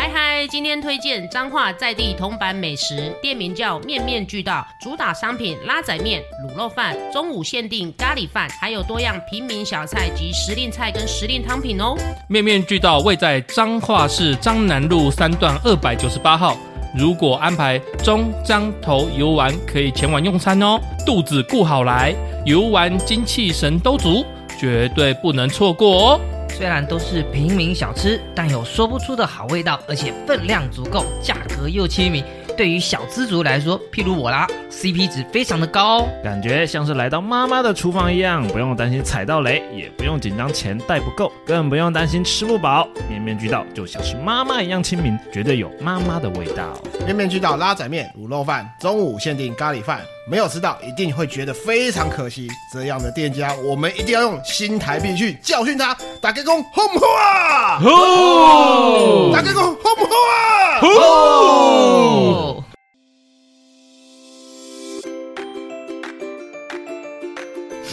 K 今天推荐彰化在地铜板美食，店名叫面面俱到，主打商品拉仔面、卤肉饭，中午限定咖喱饭，还有多样平民小菜及时令菜跟时令汤品哦。面面俱到，位在彰化市彰南路三段二百九十八号。如果安排中彰头游玩，可以前往用餐哦。肚子顾好来，游玩精气神都足，绝对不能错过哦。虽然都是平民小吃，但有说不出的好味道，而且分量足够，价格又亲民。对于小资族来说，譬如我啦，CP 值非常的高哦。感觉像是来到妈妈的厨房一样，不用担心踩到雷，也不用紧张钱带不够，更不用担心吃不饱，面面俱到，就像是妈妈一样亲民，绝对有妈妈的味道。面面俱到拉仔面、卤肉饭，中午限定咖喱饭，没有吃到一定会觉得非常可惜。这样的店家，我们一定要用新台币去教训他。打个工，轰不轰啊？哦打个工，轰不轰啊？哦，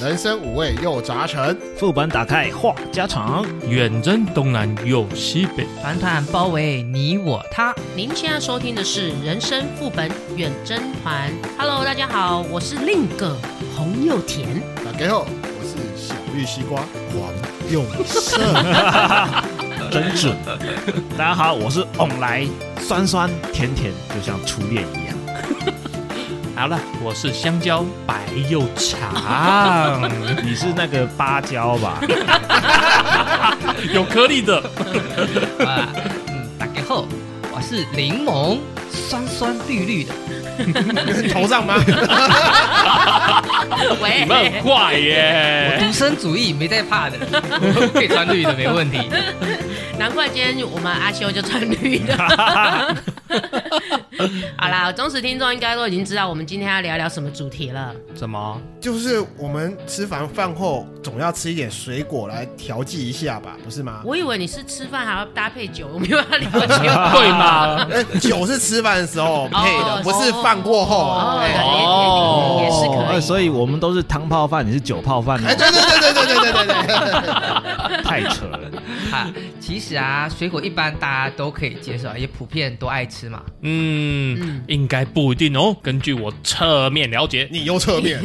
人生五味又杂陈，副本打开话家常，远征东南有西北，团团包围你我他，您现在收听的是《人生副本远征团》。Hello，大家好，我是令哥洪又田。打给后，我是小玉西瓜黄永胜。真准。大家好，我是翁来，酸酸甜甜，就像初恋 一样。好了，我是香蕉白又 长，你是那个芭蕉吧？ 有颗粒的。啊，嗯，打给后，我是柠檬，酸酸绿绿的。头上吗？你们很喂，快我 耶！独身主义没在怕的，可以穿绿的没问题。难怪今天我们阿修就穿绿的。好啦，忠实听众应该都已经知道我们今天要聊聊什么主题了。怎 么？就是我们吃完饭后总要吃一点水果来调剂一下吧，不是吗？我以为你是吃饭还要搭配酒，我没有要聊酒。对吗？呃，酒是吃饭的时候配的，不是饭过后。 哦，哎也也也是哦哎可以。所以我们都是汤泡饭，你是酒泡饭吗哎，？对对对对对对对对对，太扯了。哈，其实啊，水果一般大家都可以接受，也普遍都爱吃嘛。嗯，应该不一定哦。根据我侧面了解，你又侧 面，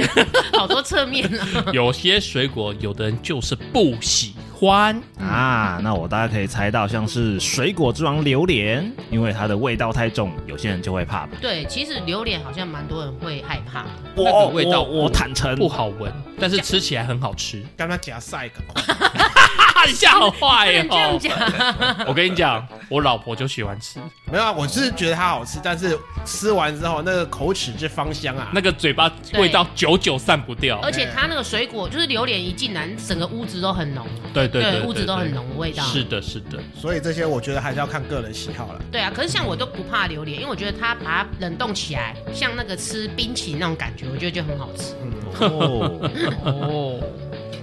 好多侧面啊。有些水果，有的人就是不喜欢。啊，那我大概可以猜到，像是水果之王榴莲，因为它的味道太重，有些人就会怕吧。 对，其实榴莲好像蛮多人会害怕。那个味道我我坦诚，不好闻，但是吃起来很好吃。刚刚夹晒个，啊，你下好坏不能这样哦！讲，我跟你讲，我老婆就喜欢吃，没有啊，我是觉得它好吃，但是吃完之后那个口齿之芳香啊，那个嘴巴味道久久散不掉。 而且它那个水果就是榴莲一进来，整个屋子都很浓，对对对，屋子都很浓的味道。是的，是的，所以这些我觉得还是要看个人喜好了。对啊，可是像我都不怕榴莲，因为我觉得它把它冷冻起来，像那个吃冰淇淋那种感觉，我觉得就很好吃。嗯哦， 哦，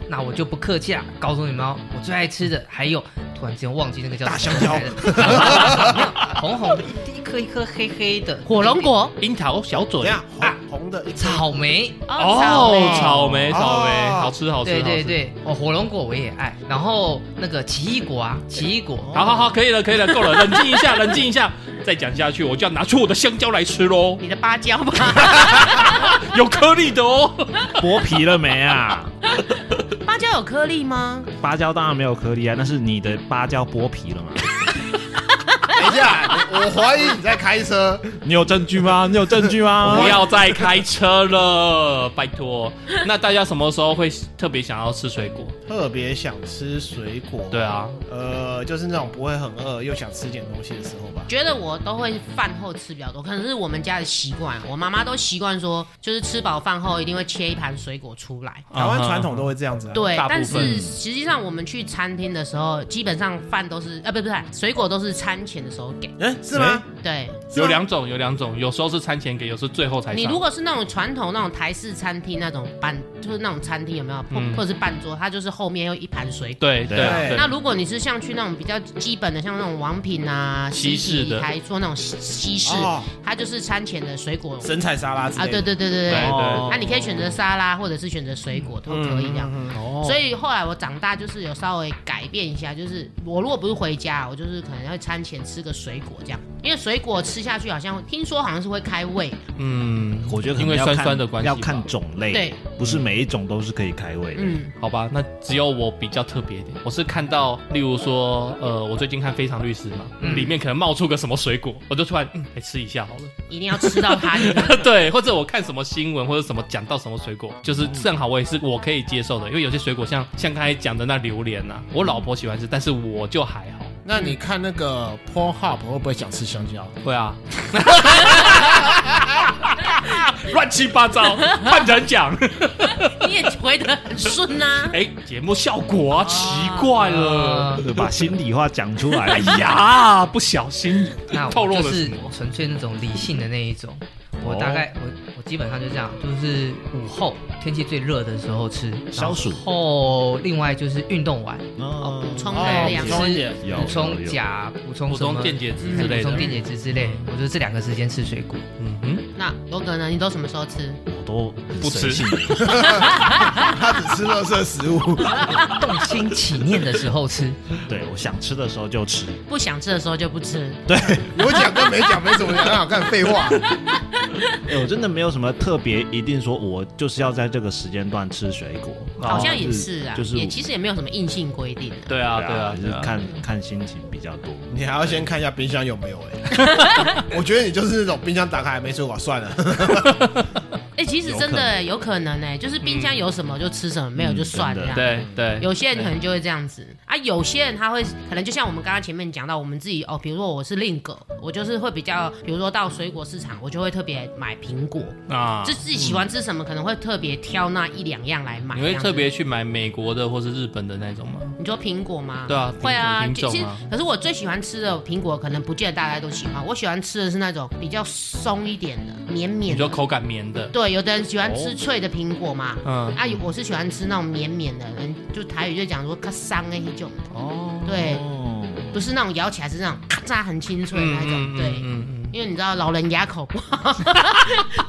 那我就不客气啦，告诉你们哦，我最爱吃的还有，突然之间忘记那个叫大什香么蕉来了红红的，一颗一颗黑黑的火龙果樱桃小怎嘴。啊样？红红的 一颗草莓。哦，草草莓，哦草莓，好吃，好吃，对对好吃。对，哦，火龙果我也爱，然后那个奇异果啊，奇异果，好好好，可以了，可以了，够了，冷静一下，冷静一下。再讲下去，我就要拿出我的香蕉来吃喽 莓，你的芭蕉吧，有颗粒的哦。剥皮了没啊？芭蕉有颗粒吗？芭蕉当然没有颗粒啊，但是你的芭蕉剥皮了吗？等一下，我怀疑你在开车。 你有证据吗？你有证据 啊 吗？不要再开车了，拜托。那大家什么时候会特别想要吃水果？特别想吃水果，对，啊，呃，就是那种不会很饿又想吃点东西的时候吧。觉得我都会饭后吃比较多，可能是我们家的习惯。我妈妈都习惯说，就是吃饱饭后一定会切一盘水果出来。台湾传统都会这样子、啊，，对大，部但分是实际上我们去餐厅的时候，基本上饭都是，呃，不是不是，水果都是餐前的时候给。嗯，是吗？对，是吗有两种，有两种，有时候是餐前给，有时候最后才上。你如果是那种传统那种台式餐厅那种半，就是那种餐厅有没有，或嗯或者是半桌，它就是后面又一盘水果。对啊对对对那如果你是像去那种比较基本的，像那种王品啊、西式的还做那种西西式，哦，它就是餐前的水果神采沙拉之类啊，的对对对对对对。啊对那、你可以选择沙拉，或者是选择水果，都可以这样。嗯嗯嗯哦所以后来我长大就是有稍微改变一下，就是我如果不是回家，我就是可能要餐前吃个水果这样，因为水果吃下去好像听说好像是会开胃，嗯，我觉得可因能为要酸看酸的关系吧要看种类，对，不是每一种都是可以开胃的。嗯，好吧，那只有我比较特别一点，我是看到，例如说，呃，我最近看《非常律师》嘛，嗯里面可能冒出个什么水果，我就突然嗯，来、吃一下好了。 一定要吃到它。对，或者我看什么新闻或者什么讲到什么水果，就是正好我也是我可以接受的，因为有些水果像像刚才讲的那榴莲呐、我老婆喜欢吃，但是我就还好。那你看那个 p o h u b 会不会想吃香 蕉？会啊， 乱七八糟，换人讲。你也回得很顺啊呐、哎，节目效果啊，奇怪了。对把心里话讲出 来。哎呀，不小心那透我露就了什是么？纯粹那种理性的那一种。我哦大概我我基本上就这样，就是午后天气最热的时候吃消暑然后另外就是运动完，哦补充哦热量补，充一点吃有哎补有充有钾、补充补什么充电解质嗯之类的补充。电解质之类。我就是这两个时间吃水果，嗯哼，那有可能你都什么时候吃？我都不吃随性他只吃垃圾食物。啊 动心起念的时 候吃。 对我想吃的时候就吃。不想吃的时候就不吃。有讲跟没讲没什么两样，看废话。哎，我真的没有什么特别一定说，我就是要在这个时间段吃水果。哦好像也是啊，就是也其实也没有什么硬性规定、啊。对啊，对啊，就对是啊。看看心情比较多。 你还要先看一下冰箱有没有哎、 我觉得你就是那种冰箱打开还没水果，算了。哎、其实真的有可能哎、就是冰箱有什么就吃什么，没有就算了。真的对对，有些人可能就会这样子啊，有些人他会可能就像我们刚刚前面讲到，我们自己哦，比如说我是令哥，我就是会比较，比如说到水果市场，我就会特别买苹果，啊就，自己喜欢吃什么，可能会特别挑那一两样来买。你会这样子特别去买美国的或是日本的那种吗？你说苹果吗？对啊会啊。苹就果其品实种啊，可是我最喜欢吃的苹果，可能不见得大家都喜欢。我喜欢吃的是那种比较松一点的，绵你绵说的。口感绵的，对，有的人喜欢哦吃脆的苹果嘛，嗯啊，我是喜欢吃那种绵绵的，嗯，就台语就讲说“咔桑”那一种，哦，对，哦，不是那种咬起来是那种咔嚓很清脆的嗯那种，嗯嗯对。嗯嗯，因为你知道老人牙口不好，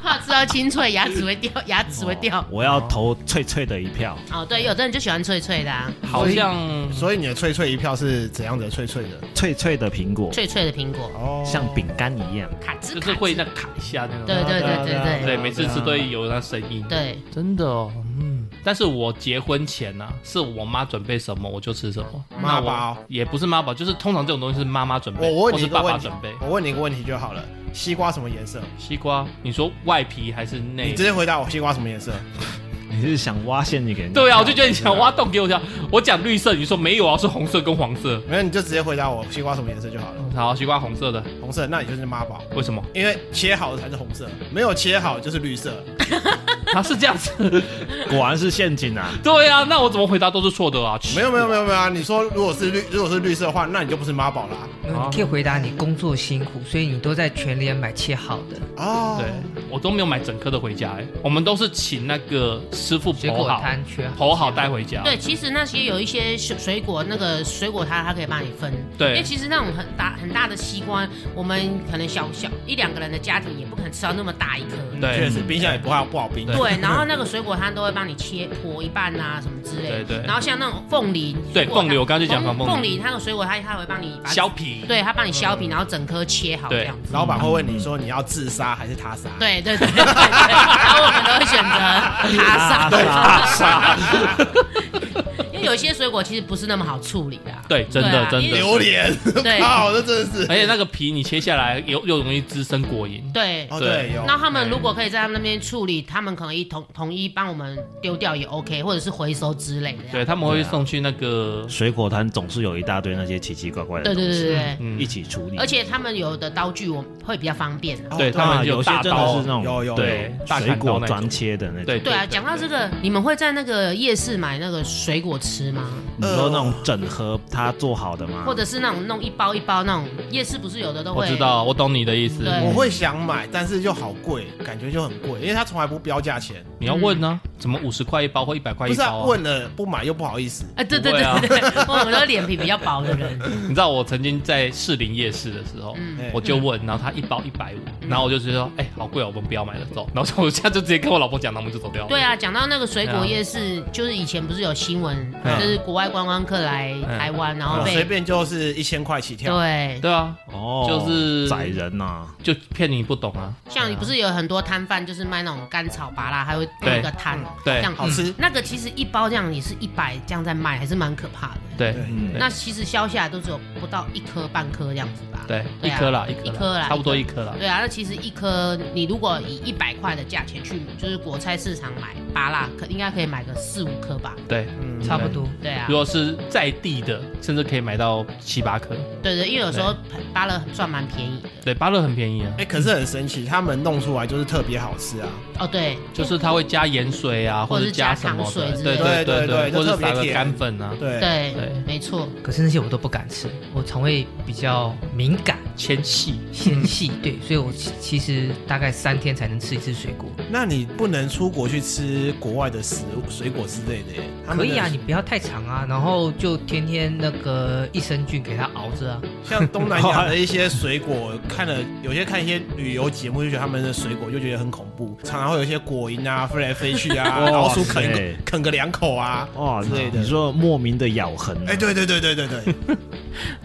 怕吃到清脆牙齿会掉，牙齿会掉。哦我要投脆脆的一票。哦，对，有的人就喜欢脆脆的、啊，嗯好像所以你的脆脆一票是怎样的脆脆的？脆脆的苹果，脆脆的苹果，哦像饼干一样。卡兹就卡是吱。会那卡一下那种。对对对对对对，每次吃都会有那声音。对，真的哦，嗯，但是我结婚前呢、是我妈准备什么我就吃什么，妈那我宝也不是妈宝，就是通常这种东西是妈妈准备，我或问你是一个爸爸问题准备，。我问你一个问题就好了。西瓜什么颜色？西瓜，你说外皮还是内你？直接回答我，西瓜什么颜色？你是想挖陷阱给人家跳？对啊，我就觉得你想挖洞给我跳，我讲绿色，你说没有啊，是红色跟黄色。没有，你就直接回答我，西瓜什么颜色就好了。好，啊西瓜红色的，红色，那你就是妈宝，为什么？因为切好的才是红色，没有切好就是绿色。啊，是这样子。 果然是陷阱啊！对啊，那我怎么回答都是错的啊？没有没有没有没有啊！你说如果是绿，如果是绿色的话，那你就不是妈宝啦。那哦你可以回答你工作辛苦，所以你都在全联买切好的。哦，对，我都没有买整颗的回家、哎，我们都是请那个师傅水剖果好，摊缺好，剖好带回家。对，其实那些有一些水水果，那个水果摊它可以帮你分。对因为其实那种很大很大的西瓜，我们可能小小一两个人的家庭也不可能吃到那么大一颗。确对实冰箱也不好不好冰。对，然后那个水果摊都会帮你切剖一半啊，什么之类的。对对然后像那种凤梨，水对果摊凤梨我刚刚就讲凤凤梨凤梨，它那个水果摊它会帮你把削，皮。对，它帮你削皮，然后整颗切好这样子。老板会问你说你要自杀还是他杀？对对对对对，然后我们都会选 择卡萨，啊杀！ 因为有些水果其实不是那么好处理的啊。对，真对的啊真因为的。榴莲，对 靠，这真的是。而且那个皮你切下来又又容易滋生果蝇。对，哦，对对，有。那他们如果可以在他们那边处理，他们可能一统统一帮我们丢掉也 OK，或者是回收之类的。对，他们会对啊送去那个，水果摊总是有一大堆那些奇奇怪怪的对东对对西，对对，嗯一，起处理。而且他们有的刀具我会比较方便啊。哦对对他们啊有有些大真的刀是那种有有对大砍刀水果那种专切的那种，对对啊，讲到这个，你们会在那个夜市买那个水果吃吗？你说那种整合它做好的吗？或呃者是那种弄一包一包那种夜市，不是有的都啊我会知道，我懂你的意思。对我会想买，但是就好贵，感觉就很贵，因为他从来不标价钱。你要问呢，怎么五十块一包或一百块不一是啊，包啊？问了不买又不好意思。 哎，对不对会对啊对对，我们都脸皮比较薄的人， 你知道我曾经在士林夜市的时候，嗯，哎我就问，然后他一包一百五，然后我就直接说，哎，好贵哦，我们不要买了，走。然后我现在就直接跟我老婆讲，然后我们就走掉了。对啊，讲到那个水果夜市，啊就是以前不是有新闻，嗯哎就是国外观光客来台湾，然后哦哦我被随便就是一千块起跳，哦对对啊，哦，就是宰人啊呐、就骗你不懂啊。像不是有很多摊贩就是卖那种干炒拔啦，还会弄一个摊，嗯对这样好吃那个其实一包这样也是一百，这样在卖还是蛮可怕的。对对嗯，那其实削下来都只有不到一颗半颗这样子吧。对，一对啊颗啦，一颗颗啦差不多一颗啦。对啊，那其实一颗你如果以一百块的价钱去，就是国菜市场买拔辣，可应该可以买个四五颗吧。对，嗯差不多。对啊如，果是在地的，甚至可以买到七八颗。对对，因为有时候芭乐算蛮便宜的。对，芭乐很便宜啊，哎、可是很神奇，他们弄出来就是特别好吃啊！哦，对，就是它会加盐水啊，或或者者加什么加糖水的，之对类的对对对或对就者特别撒个甜干粉啊，对，对对没错，可是那些我都不敢吃，我肠胃比较敏感纤细。纤细，对，所以我其其实大概三天才能吃一次水啊果。那你不能出国去吃国外的食物、水果之类的耶？他可们的以啊，你不要太长啊，然后就天天那个益生菌给它熬着啊。像东南亚的一些水果， 看了有些看一些旅游节目，就觉得他们的水果就觉得很恐怖，常常会有一些果 蝇啊飞来飞去啊，哦哇老鼠啃塞个啃个两口啊。哦之类的你说莫名的咬痕、啊哎、对对对对对对，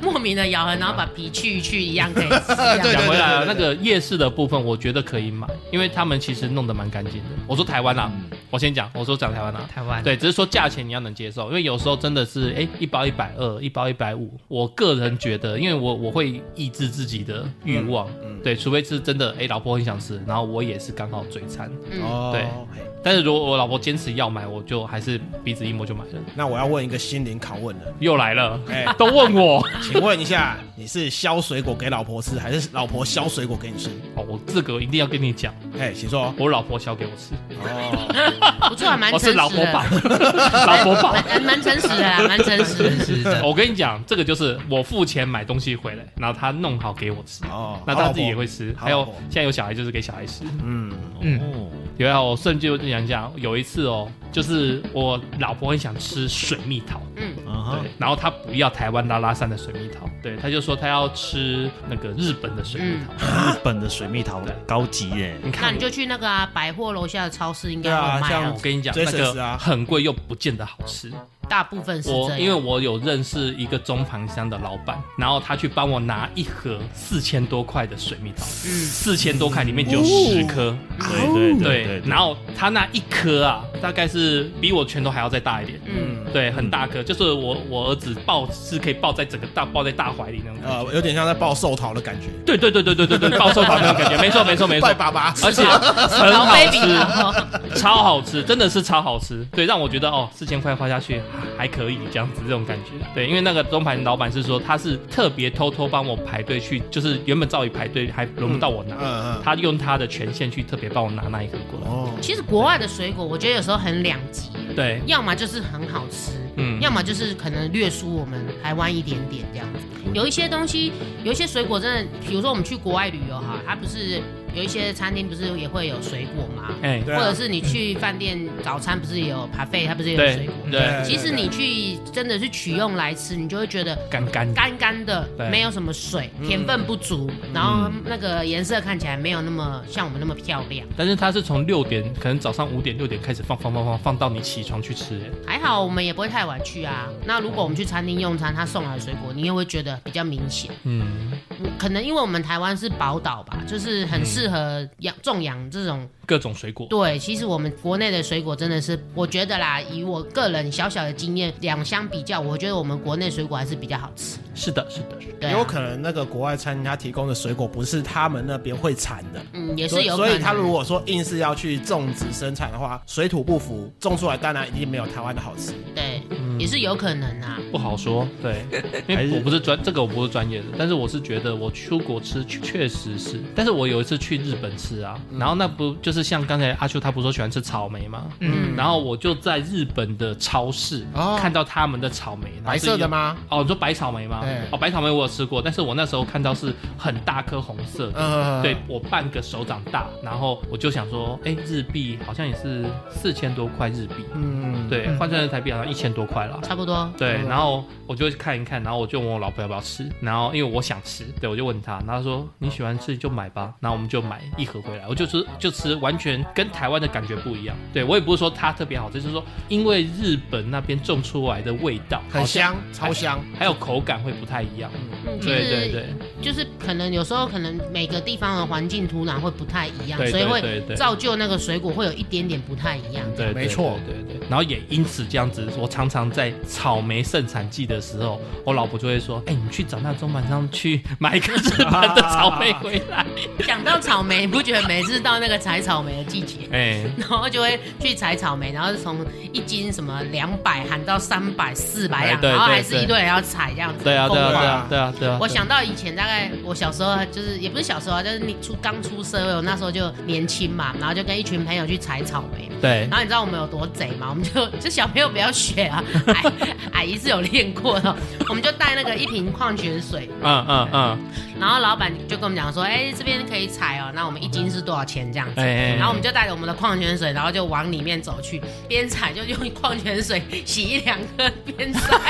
莫名的咬痕，然后把皮去一去，一样可以吃。对讲回来啊，那对对个夜市的部分，我觉得可以买，因为他们其实弄得蛮干净的。我说台湾啦，嗯我先讲，我说讲台湾啦。台湾对，只是说价钱你要能接受，因为有时候真的是，哎，一包一百二，一包一百五。我个人觉得，因为我我会抑制自己的欲望，嗯对，除非是真的，哎，老婆很想吃，然后我也是刚好嘴馋。嗯，哦 对嘿但是如果我老婆坚持要买，我就还是鼻子一摸就买了。那我要问一个心灵拷问了，又来了，哎、都问我。 请问一下，你是削水果给老婆吃，还是老婆削水果给你吃？哦，我这个一定要跟你讲，哎、请说。我老婆削给我吃，哦，不错，啊蛮我诚实是的。老婆版， 老婆版。蛮蛮诚实的 啦，蛮诚实的。是的，我跟你讲，这个就是我付钱买东西回来，然后他弄好给我吃，哦那他自己也会吃。好还老有婆现在有小孩就是给小孩吃。嗯，嗯，哦，有啊，我顺便就讲一下，有一次哦，就是我老婆很想吃水蜜桃，嗯，嗯对啊哼，，然后她不要台湾拉拉山的水蜜桃，对，她就说她要吃那个日本的水蜜桃。日本的水蜜桃对高级耶，你嗯那看你就去那个啊百货楼下的超市，应该对啊有卖像我，啊我。跟你讲，追那随时啊个很贵又不见得好吃。大部分是这我样。因为我有认识一个中盘商的老板，然后他去帮我拿一盒四千多块的水蜜桃，嗯四千多块里面只哦有十颗，对对对，对，然后他那一颗啊，大概是比我拳头还要再大一点，嗯，对，很大颗，就是我我儿子抱是可以抱在整个大抱在大怀里那种感觉。呃，有点像在抱寿桃的感觉。对对对对对对对，抱寿桃那种感觉，没错没错没 错拜，爸爸，而且很老好 baby 吃，啊，超好吃，真的是超好吃，对，让我觉得哦，四千块花下去还可以这样子，这种感觉。对，因为那个中盘老板是说他是特别偷偷帮我排队去，就是原本照理排队还轮不到我拿，嗯嗯他用他的权限去特别帮我拿那一盒过来。哦，其实国外的水果，我觉得有时候很两极，对，要么就是很好吃，嗯要么就是可能略输我们台湾一点点这样子。嗯有一些东西，有一些水果真的，比如说我们去国外旅游哈，它不是有一些餐厅不是也会有水果吗？哎、对啊或者是你去饭店早餐不是也有 buffet，它不是也有水对果？对，对其实对你去真的是取用来吃，你就会觉得干干干干的，对没有什么水，嗯甜分不足，然后那个颜色看起来没有那么像我们那么漂亮。但是它是从六点，可能早上五点六点开始放放放放放到你起床去吃，哎还好我们也不会太晚去啊。那如果我们去餐厅用餐，他送来的水果，你也会觉得比较明显。嗯，嗯可能因为我们台湾是宝岛吧，就是很适合养种养这种。各种水果，对，其实我们国内的水果真的是，我觉得啦，以我个人小小的经验，两相比较，我觉得我们国内水果还是比较好吃。是的，是的，是的对、啊，有可能那个国外餐厅他提供的水果不是他们那边会产的。嗯，也是有可所能。以他如果说硬是要去种植生产的话，水土不服，种出来当然一定没有台湾的好吃。对，嗯也是有可能啊。不好说， 对，因还为是我不是专这个我不是专业的，但是我是觉得我出国吃确确实是，但是我有一次去日本吃啊，嗯然后那不就是像刚才阿修他不是说喜欢吃草莓吗？嗯，然后我就在日本的超市哦看到他们的草莓，然后白是色的有？吗？哦，你说白草莓吗对？哦，白草莓我有吃过，但是我那时候看到是很大颗红色的，嗯，对我半个手掌大，然后我就想说，哎，日币好像也是四千多块日币，嗯，对，换算成台币好像一千多块啦。差不多。嗯对，然后我就看一看，然后我就问我老婆要不要吃，然后因为我想吃，对我就问她，然后她说你喜欢吃就买吧，然后我们就买一盒回来，我就吃就吃，完全跟台湾的感觉不一样。对我也不是说它特别好吃，就是说因为日本那边种出来的味道很香，超香。还有口感会不太一样。嗯，其对对实对就是可能有时候可能每个地方的环境土壤会不太一样，对所以对会对对造就那个水果会有一点点不太一样。对，对没错对对对。然后也因此这样子，我常常在草莓盛产季的时候，我老婆就会说：“哎、你去找那中盘商去买一个日本的草莓回 来。 讲到草莓，你不觉得每次到那个采草莓的季 节，哎，然后就会去采草莓，然后从一斤什么两百喊到三百、四百哎样，对然后还对是一对堆人要采这样子。对啊，对啊，疯对狂啊，对啊，对啊。我想到以前大概我小时候就是也不是小时候啊，就是你出刚出社会，我那时候就年轻嘛，然后就跟一群朋友去采草莓。对然后你知道我们有多贼吗？我们就就小朋友不要学啊，阿阿姨是有练过的。哦我们就带那个一瓶矿泉水，嗯嗯嗯，然后老板就跟我们讲说，哎、这边可以采哦，那我们一斤是多少钱这样子？哎哎哎然后我们就带着我们的矿泉水，然后就往里面走去，边采就用矿泉水洗一两个边采，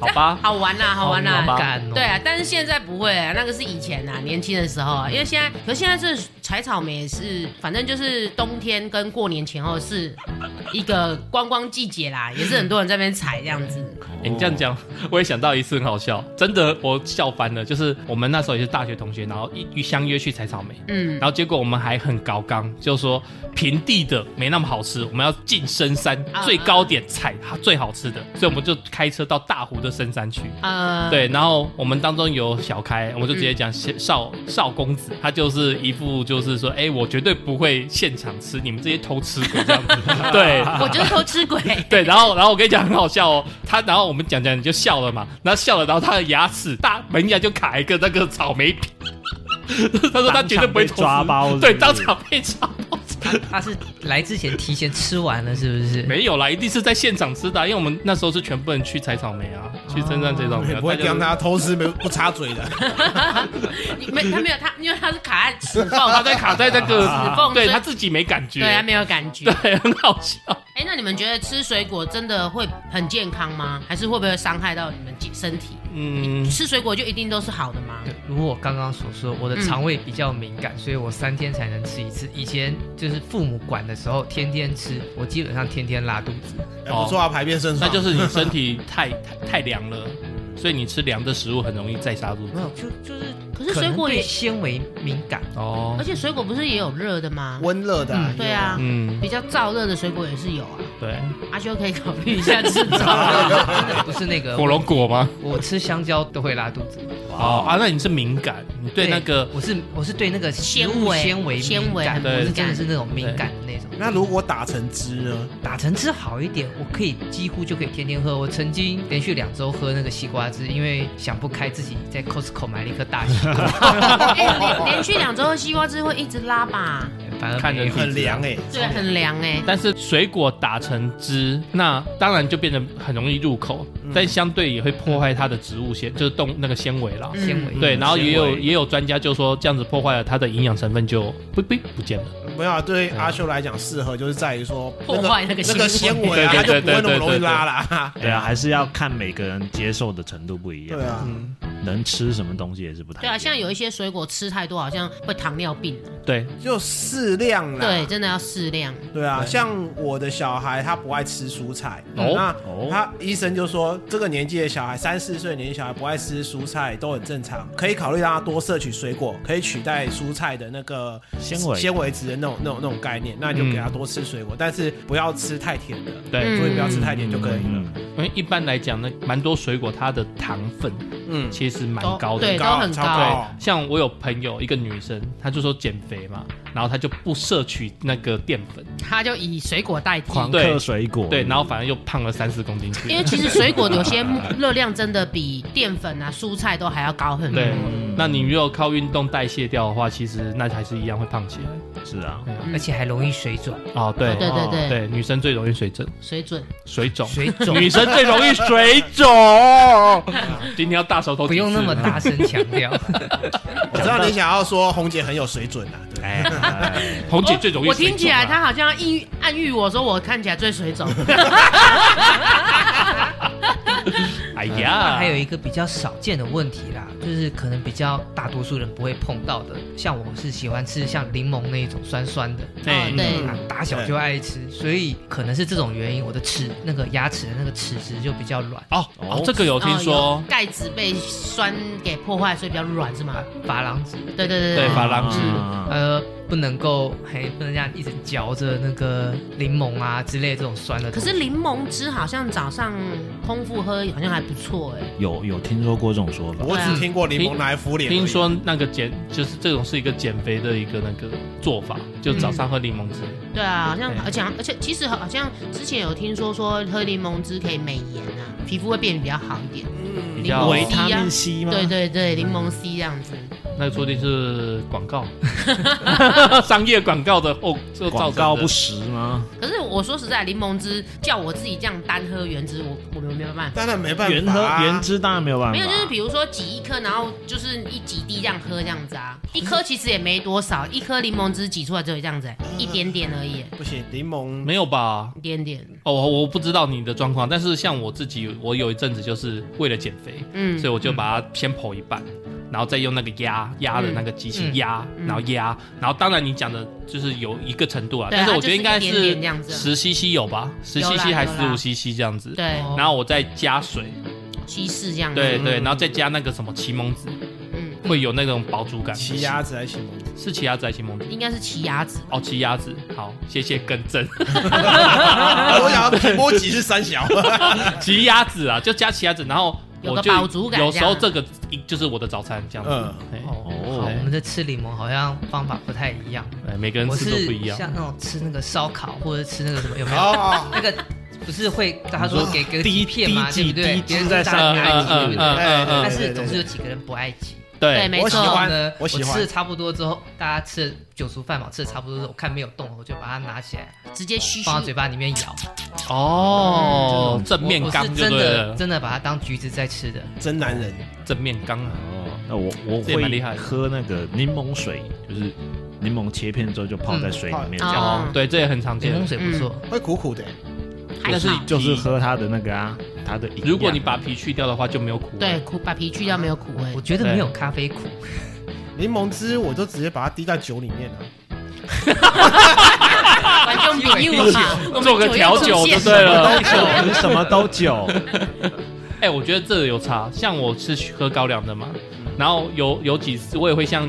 好吧，好玩呐、好玩呐、啊好吧干哦对啊，但是现在不会啊，那个是以前啊，年轻的时候啊，因为现在，可是现在是采草莓也是，反正就是冬天跟过年前后是一个观光季节啦，也是很多人在那边采这样子。欸、你这样讲， 我也想到一次很好笑，真的我笑翻了。就是我们那时候也是大学同学，然后一一相约去采草莓，嗯然，后结果我们还很高刚，就说平地的没那么好吃，我们要进深山啊最高点采它最好吃的，所以我们就开车到大湖的深山去。嗯呃，对，然后我们当中有小开，我们就直接讲少少公子，他就是一副就是说，哎、我绝对不会现场吃，你们这些偷吃鬼这样 子。对，我就是偷吃鬼。对，然后然后我跟你讲很好笑哦，他然后我们讲讲你就笑了嘛，然后笑了，然后他的牙齿大门牙就卡一个那个草莓皮， 他说他绝对不会当场被抓偷吃包是不对，是当场被抓包。他是来之前提前吃完了，是不是？没有啦，一定是在现场吃的啊、因为我们那时候是全部人去采草莓啊，去哦深圳采草莓、 也啊，不会大家让他偷吃没不插 嘴的，哦你没他没有他，因为他是卡在齿缝，哦，他在卡在那 个死缝对所以他自己没感 觉，对啊他没有感觉。对，很好笑。哎、那你们觉得吃水果真的会很健康吗？还是会不会伤害到你们健身体？嗯，吃水果就一定都是好的吗？对，如我刚刚所说，我的肠胃比较敏感，所以我三天才能吃一次。以前就是父母管的时候，天天吃，我基本上天天拉肚子。哎不错啊，排便顺 那畅。就是你身体太太太凉了，所以你吃凉的食物很容易再杀入。没有，就就是，可是水果也对纤维敏 感。哦而， 且水果不是也有热的吗？温热的啊，对啊，嗯，比较燥热的水果也是有啊。对，阿修可以考虑一下吃 燥热。真的不是那个，火龙果吗？我吃香蕉都会拉肚子。哦啊，那你是敏感，你对那个我是我是对那个纤食物维纤维纤维敏感很敏我是真的感是那种敏感的那种。那如果打成汁呢？打成汁好一点，我可以几乎就可以天天喝。我曾经连续两周喝那个西瓜汁，因为想不开自己在 Costco 买了一颗大西瓜，哎连连续两周的西瓜汁会一直拉吧？反而看着没有很很凉啊哎，对，很凉哎、但是水果打成汁，那当然就变得很容易入口，但相对也会破坏它的植物纤，就是动那个纤维啦。嗯纤维。对，然后也有纤维也有专家就说，这样子破坏了它的营养成分就不不不见了。没有啊，对阿修来讲适合就是在于说破坏那个那个纤纤维维啊，它就对对不会那么对对容易对对拉啦。对啊，还是要看每个人接受的程度不一样。对，啊，嗯，能吃什么东西也是不太一对样。啊，像有一些水果吃太多好像会糖尿病啊。对，就适量啦。对，啊真的要适量。对啊，对像我的小孩他不爱吃蔬菜，哦那哦他医生就说这个年纪的小孩，三四岁的年纪小孩不爱吃蔬菜都很正常，可以考虑让他多摄取水果，可以取代蔬菜的那个纤维嗯纤维质的那种那种那种概念，那你就给他多吃水果，但是不要吃太甜的，对嗯所以不要吃太甜就可以了。嗯，因为一般来讲呢，蛮多水果它的糖分嗯，其实蛮都高的。哦对，高都啊很超对高高。像我有朋友一个女生，她就说减肥嘛，然后她就不摄取那个淀粉，它就以水果代替。狂对嗑水果，对，然后反而又胖了三四公斤去。因为其实水果有些热量真的比淀粉啊、蔬菜都还要高很多。对，那你如果靠运动代谢掉的话，其实那还是一样会胖起来。是啊，而且还容易水肿，哦，对对对对，对，女生最容易水肿，水准。水肿，水肿女生最容易水肿。今天要大舌头几不次，用那么大声强调。我知道你想要说红姐很有水准啊，对哎，哎红姐最容易我水听肿起来啊他好像意欲暗喻我说我看起来最水 肿，哎那啊呀，还有一个比较少见的问题啦，就是可能比较大多数人不会碰到的，像我是喜欢吃像柠檬那一种酸酸的，哎哦对啊，打小就爱吃，所以可能是这种原因，我的齿那个牙齿的那个齿质就比较软，哦哦，这个有我听说，钙质被酸给破坏，所以比较软是吗？珐琅质，对对对对珐琅质啊呃，不能够嘿，不能这样一直嚼着那个柠檬啊之类这种酸的可东西。是柠檬汁好像早上空腹喝好像还不错哎，有有听说过这种说法，我只听过柠檬拿来敷脸而已，听说那个减就是这种是一个减肥的一个那个做法，就嗯早上喝柠檬汁。对啊，好像对而且而且其实好像之前有听说说喝柠檬汁可以美颜啊，皮肤会变得比较好一点。比嗯，较维他命 C 啊吗？对对对，柠檬 C 这样子。那说不定是广 告，商业广告的后就造广成告的不实吗？可是我说实在，柠檬汁叫我自己这样单喝原汁，我我们没有办法。当然没办原法喝啊，原汁当然没有办法，没有，就是比如说挤一颗，然后就是一几滴这样喝这样子啊，一颗其实也没多少，一颗柠檬汁挤出来只有这样子、欸一点点而已、不行，柠檬没有吧？一点点。哦，我我不知道你的状况，但是像我自己，我有一阵子就是为了减肥，嗯所以我就把它先剖一半，然后再用那个压压的那个机器嗯压，嗯然后压，然后当然你讲的就是有一个程度啊，对啊但是我觉得应该就是一点是点这样子啊十 CC 有吧，十有啦 CC 还有十啦五 CC 这样子，对，哦然后我再加水，稀释这样子。对对，然后再加那个什么奇蒙子，嗯，会有那种饱足感。奇鸭子来形容。是奇亚子还是奇蒙子？应该是奇亚籽。哦，奇亚子，好，谢谢更正。 我想要提波吉是三小，奇亚子啊，就加奇亚子，然后有我个就饱足感有时候这这个一就是我的早餐这样子。嗯哎哦，好，我们的吃柠檬好像方法不太一样，哎，每个人我吃都不是一样。像那种吃那个烧烤或者吃那个什么有没有？ 哦，那个不是会他说给个滴几片嘛，对不滴剂对？滴别剂人在大上家嗯面爱嗯挤，对嗯嗯嗯嗯，不对？但是对对对总是有几个人不爱挤。对，对，没我喜错。欢呢，我喜欢吃的差不多之后，大家吃了酒足饭饱，吃的差不多之后，我看没有动，我就把它拿起来直接嘘嘘。放到嘴巴里面咬。哦，正面我刚是就真对的了，真的把它当橘子在吃的。真男人，正面刚啊。哦，那我我这也蛮厉会害的喝那个柠檬水，就是柠檬切片之后就泡在水里面，嗯这样哦嗯，对，这也很常柠见檬。水不错，会苦苦的，还但是好就是喝它的那个啊，它的营养。如果你把皮去掉的话，就没有苦味。啊对，苦把皮去掉没有苦味我。觉得没有咖啡苦。柠檬汁我就直接把它滴在酒里面了。啊观众朋 友嘛，我们做个酒又调酒出现就对了都酒，什么都酒，哎、我觉得这有差。像我是喝高粱的嘛，然后有有几次我也会像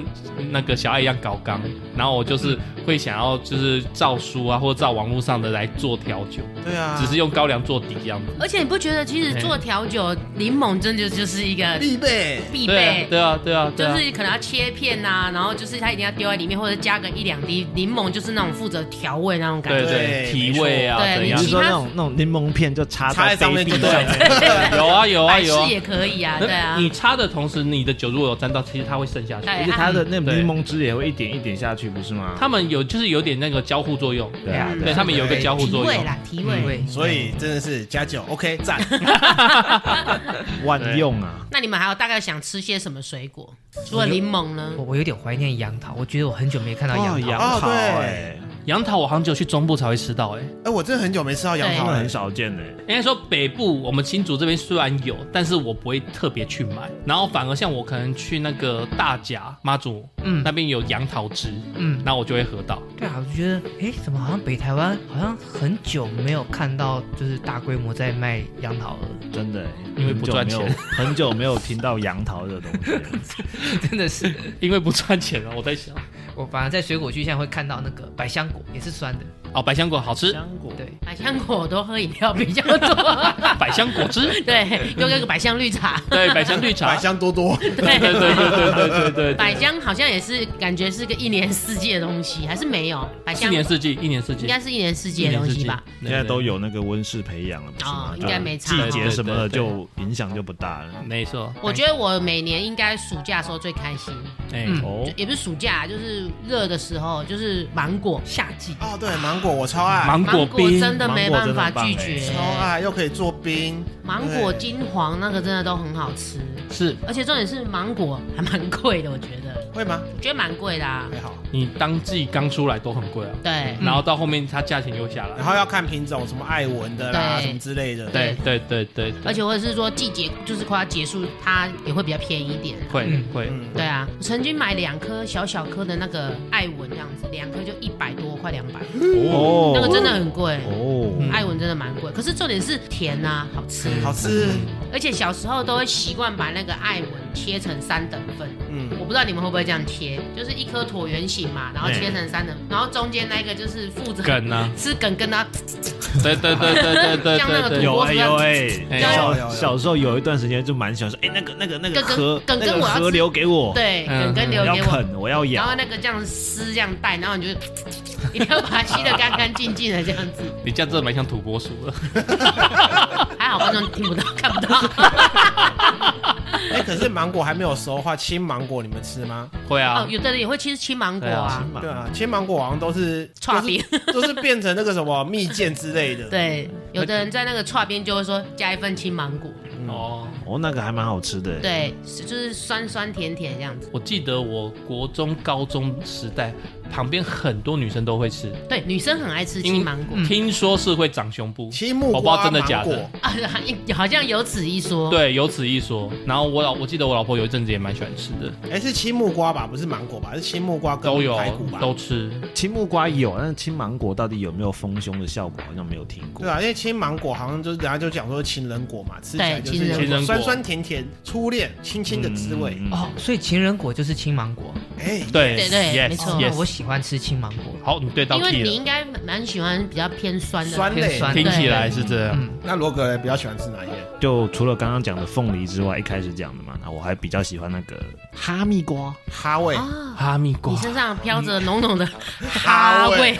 那个小爱一样搞缸，然后我就是会想要就是照书啊，或者照网络上的来做调酒，对啊，只是用高粱做底这样子。而且你不觉得，其实做调酒，柠檬真的就是一个必备。必哎备，，对啊对啊，对啊，对就啊。是可能要切片呐、然后就是它一定要丢在里面，或者加个一两滴柠檬，就是那种负责调味那种感对觉。对，对提味啊，没错怎对你样是？其说他那种那种柠檬片就插插在上面杯就壁对上面，了，有啊，有啊，百有事啊。也可以啊，对啊那，你擦的同时，你的酒如果有沾到，其实它会渗下去。对而且它的啊那种柠檬汁也会一点一点下去，不是吗？他们有就是有点那个交互作用，对啊，嗯对他们有一个交互提作味用。啦，提味。对，所以真的是加酒，OK，赞。 万用啊，那你们还有大概想吃些什么水果？除了柠檬呢我？哦我有点怀念杨桃，我觉得我很久没看到哦杨桃。杨哦桃对哎，杨桃我好像只有去中部才会吃到，哎，哎，我真的很久没吃到杨他桃们了很，少见哎。应该说北部我们新竹这边虽然有，但是我不会特别去买，然后反而像我可能去那个大甲妈祖，嗯那边有杨桃汁，嗯，然后我就会喝到。对啊，我就觉得，哎，怎么好像北台湾好像很久没有看到就是大规模在卖杨桃了， 真的欸，因为不赚钱很久没有，很久没有听到杨桃这个东西。真的是。因为不赚钱啊了，我在想，我反而在水果区现在会看到那个百香果，也是酸的。哦，百香果好吃，香果对，百香果我都喝饮料比较 多，百香果汁，对，又那个百香绿茶，对，百香绿百茶，香多 多，对对对对对对对对，百香好像也是感觉是个一年四季的东西，还是没有？百一香年四季，一年四季，应该是一年四一季的年东四西季吧？，现在都有，有那个温室培养了，不是吗哦？应该没差就季节什么的对对就影响就不大了。没错，我觉得我每年应该暑假的时候最开心，哎，嗯哦就，也不是暑假，就是热的时候，就是芒果夏季。哦，对，芒果我超爱，芒芒果果冰，真的没办法拒芒果真的绝很，超爱，又可以做冰、芒果对金黄那个真的都很好吃，是而且重点是芒果还蛮贵的，我觉得，会吗？我觉得蛮贵的、啊。还好，你当季刚出来都很贵啊，对，然后到后面它价钱又下来。然后要看品种，什么艾文的啦，对什么之类的。对对对对，对而且或者是说季节就是快要结束，它也会比较便宜一点啊。会嗯会，嗯，对啊，我曾经买两颗小小颗的那个艾文这样子，两颗就一百多，快两百，哦那个真的很贵。哦，嗯艾文真的蛮贵，可是重点是甜啊，好吃。好吃。而且小时候都会习惯把那个艾文切成三等份，嗯，我不知道你们会不会这样切，就是一颗椭圆形嘛，然后切成三等，然后中间那个就是负责梗啊，吃梗跟它对对对对对对像那个对土，对有哎有哎，哎有有小有小时候有一段时间就蛮喜欢说，哎，那个那个那个哥哥河哥哥那个我要河吃流给我，对嗯梗跟留我要给我，啃，我要然咬后，那个这样撕这样带，然后你就 一定要把它吸得干干净净的这样子，你这样真的蛮像土拨鼠的。还好观众听不到看不到。哎，可是芒果还没有熟的话，青芒果你们吃吗？会哦啊，，有的人也会吃青芒果啊，对啊，青芒果好像都是串都是边， 都是变成那个什么蜜饯之类的。对，有的人在那个串边就会说加一份青芒果，哦，哦，那个还蛮好吃的，对，是就是酸酸甜甜这样子。我记得我国中、高中时代，旁边很多女生都会吃，对，女生很爱嗯吃青芒果听说是会长胸部。青木我不知道瓜真的芒假的果啊，好像有此一说。对，有此一说。然后我老，我记得我老婆有一阵子也蛮喜欢吃的，哎，是青木瓜吧？不是芒果吧？是青木瓜跟都有排骨吧？都吃。青木瓜有，但是青芒果到底有没有丰胸的效果，好像没有听过对。啊，因为青芒果好像就是人家就讲说情人果嘛，吃起来对就是情人有一果种酸酸甜甜、初恋、清清的滋味。嗯，哦，所以情人果就是青芒果。哎，嗯对对对没错哦 yes, 那 yes 我喜欢吃青芒果。好，你对到因为 key 你了，应该蛮喜欢比较偏酸的，酸类偏。酸听起对来是这样。嗯，那罗格嘞比较喜欢吃哪一类？嗯就除了刚刚讲的凤梨之外，一开始讲的嘛，那我还比较喜欢那个哈密瓜。哈味，啊。哈密瓜你，身上飘着浓浓的哈味，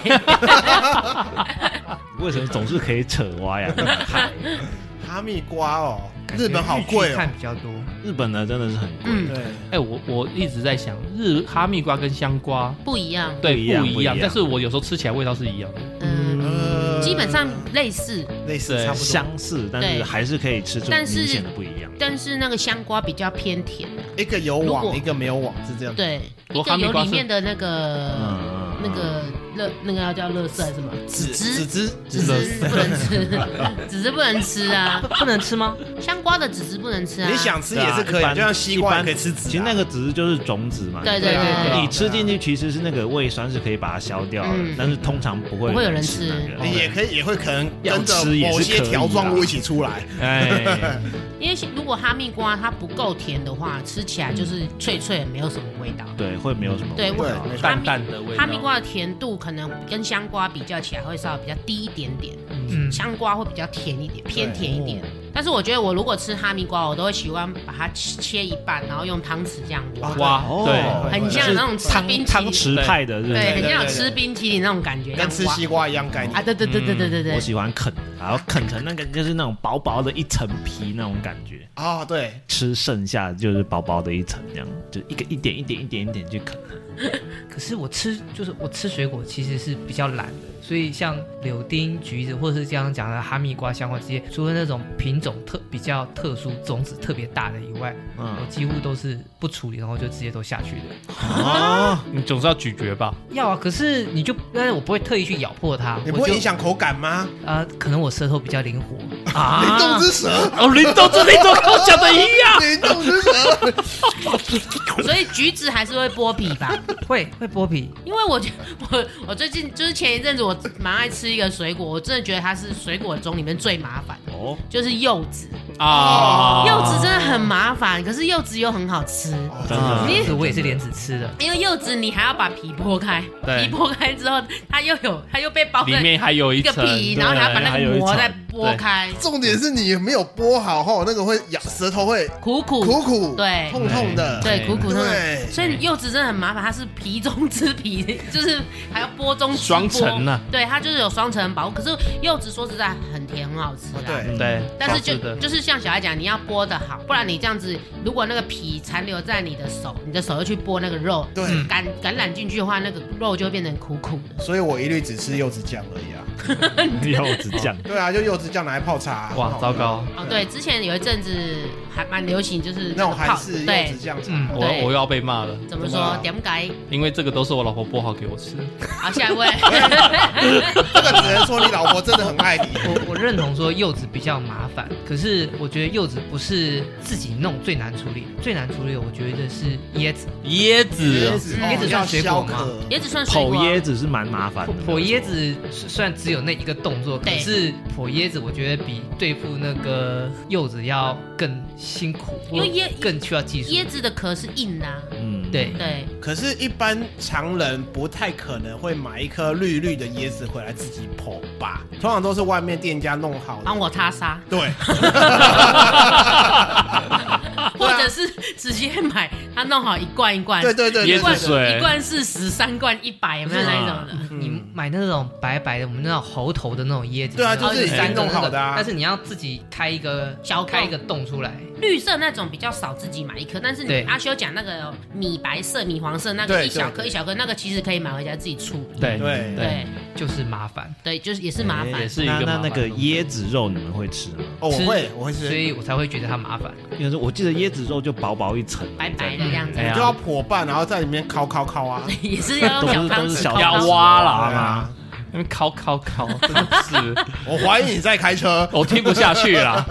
为什么总是可以扯歪啊呀、 哈密瓜哦，感觉日本好日贵剧哦看。比较多。日本呢真的是很贵，嗯，对，哎，我我一直在想，日哈密瓜跟香瓜不一样，对不一样不不一一样样，但是我有时候吃起来味道是一样的。嗯，呃基本上类似，类似对差不多。相似，但对是还是可以吃出但明是显的不一样。但是那个香瓜比较偏甜，一个有如果网，一个没有网，是这样。对，不一过哈个密有瓜是里面的那个嗯那个乐，那个要叫乐色还是什么？籽籽籽汁，籽汁不能吃，籽汁不能吃啊，不能吃吗？香瓜的籽汁不能吃啊。你想吃也是可对啊以，一般就像西瓜一也般可以吃籽啊。其实那个只是就是种子嘛，对对对对啊对你吃进去其实是那个胃酸是可以把它消掉的，嗯但是通常不会不会有人吃那个。吃也可以，也会可能哦要跟着吃也是某些可以啊条状啦物一起出来。哎，因为如果哈密瓜它不够甜的话，吃起来就是脆脆的，没有什么味道。对，会没有什么对味道。对没哈淡密淡的味道。哈密瓜的甜度可能跟香瓜比较起来会稍微比较低一点点，嗯，香瓜会比较甜一点，偏甜一点。但是我觉得我如果吃哈密瓜，我都会喜欢把它切切一半，然后用汤匙这样挖，哇，哦对，很像那种吃汤冰淇汤淋，匙派的，是不对，很是？像有吃冰淇淋那种感觉，跟吃这样西瓜一样概挖啊，念。对对对对对对嗯我对，喜欢啃，然后啃成那个就是那种薄薄的一层皮那种感觉，啊哦，对，吃剩下的就是薄薄的一层，这样就一个一点一点一点一点去啃。可是我吃就是我吃水果其实是比较懒的，所以像柳丁、橘子，或者是刚刚讲的哈密瓜、香瓜这些，除了那种品种特比较特殊、种子特别大的以外，我嗯，几乎都是不处理，然后就直接都下去的。哦，你总是要咀嚼吧？要啊，可是你就，但是我不会特意去咬破它，你我不会就影响口感吗？呃，可能我舌头比较灵活， 灵动之蛇，哦，林豆这林豆跟我讲的一啊样。灵动之蛇，所以橘子还是会剥皮吧。会会剥皮，因为我觉 我我最近就是前一阵子我蛮爱吃一个水果，我真的觉得它是水果中里面最麻烦的， 哦，就是柚子。啊哦柚子真的很麻烦，可是柚子又很好吃， 真的这啊我也是莲子吃 的。因为柚子你还要把皮剥开，对皮剥开之后它又有它又被包里在面还有一一个层，皮，然后还要把那个膜再剥开，重点是你没有剥好后，那个会咬，舌头会苦苦苦苦、对痛痛的。对苦苦的。对所以柚子真的很麻烦，它是皮中之皮， 就是还要剥中之剥双层啊呢对，它就是有双层保护。可是柚子说实在很甜，很好吃哦啊。对，对，但是就好吃的就是像小孩讲，你要剥的好，不然你这样子，如果那个皮残留在你的手，你的手又去剥那个肉，对嗯感感染进去的话，那个肉就会变成苦苦的。所以我一律只吃柚子酱而已啊。嗯柚子酱。对啊，就柚子是这样拿来泡茶啊、很哇，好喝糟糕！哦，对，之前有一阵子还蛮流行，就是那种个韩泡式柚对子，酱茶，嗯，我对我又要被骂了，怎么怎么说了？点啊改？因为这个都是我老婆剥好给我吃。好，下一 位。这个只能说你老婆真的很爱 你。我我认同说柚子比较麻烦，可是我觉得柚子不是自己弄最难处理，最难处理我觉得是椰子，椰子哦，子椰子要算水削果吗壳椰子算水剖果啊，椰子是蛮麻烦的破，哦破椰子虽虽然只有那一个动作，可对是破椰子我觉得比对付那个柚子要更辛苦，因为椰更需要技术。椰子的壳是硬的啊，嗯，对对，可是，一般常人不太可能会买一颗绿绿的椰子回来自己剖吧，通常都是外面店家弄好的。帮我擦砂，对，或者是直接买它弄好一罐一罐，啊 对对对，一椰罐子对对一水，罐是十三罐一百，有没有那一种嗯的？你买那种白白的，我们那种猴头的那种椰子，对啊你知道就有是三个已经弄好的啊那个但是你要自己开一个小洞开一个洞出来，绿色那种比较少自己买一颗，但是你对阿修讲那个米白色、米黄色那对个对一小颗一小颗，那个其实可以买回家自己处理。对对对就是麻烦，对，就是也是麻哎烦也。是一那个那麻那烦个的椰子肉你们会吃吗？哦，我吃会，我会吃，所以我才会觉得它麻烦。因为我记得椰子肉就薄薄一层，白白的这样子哎，呀就要破半，然后在里面烤烤烤啊。 也是要用小都汤是匙小抠要抠挖啦对嘛啊，因为烤烤烤， 真的是，我怀疑你在开车我听不下去 啦。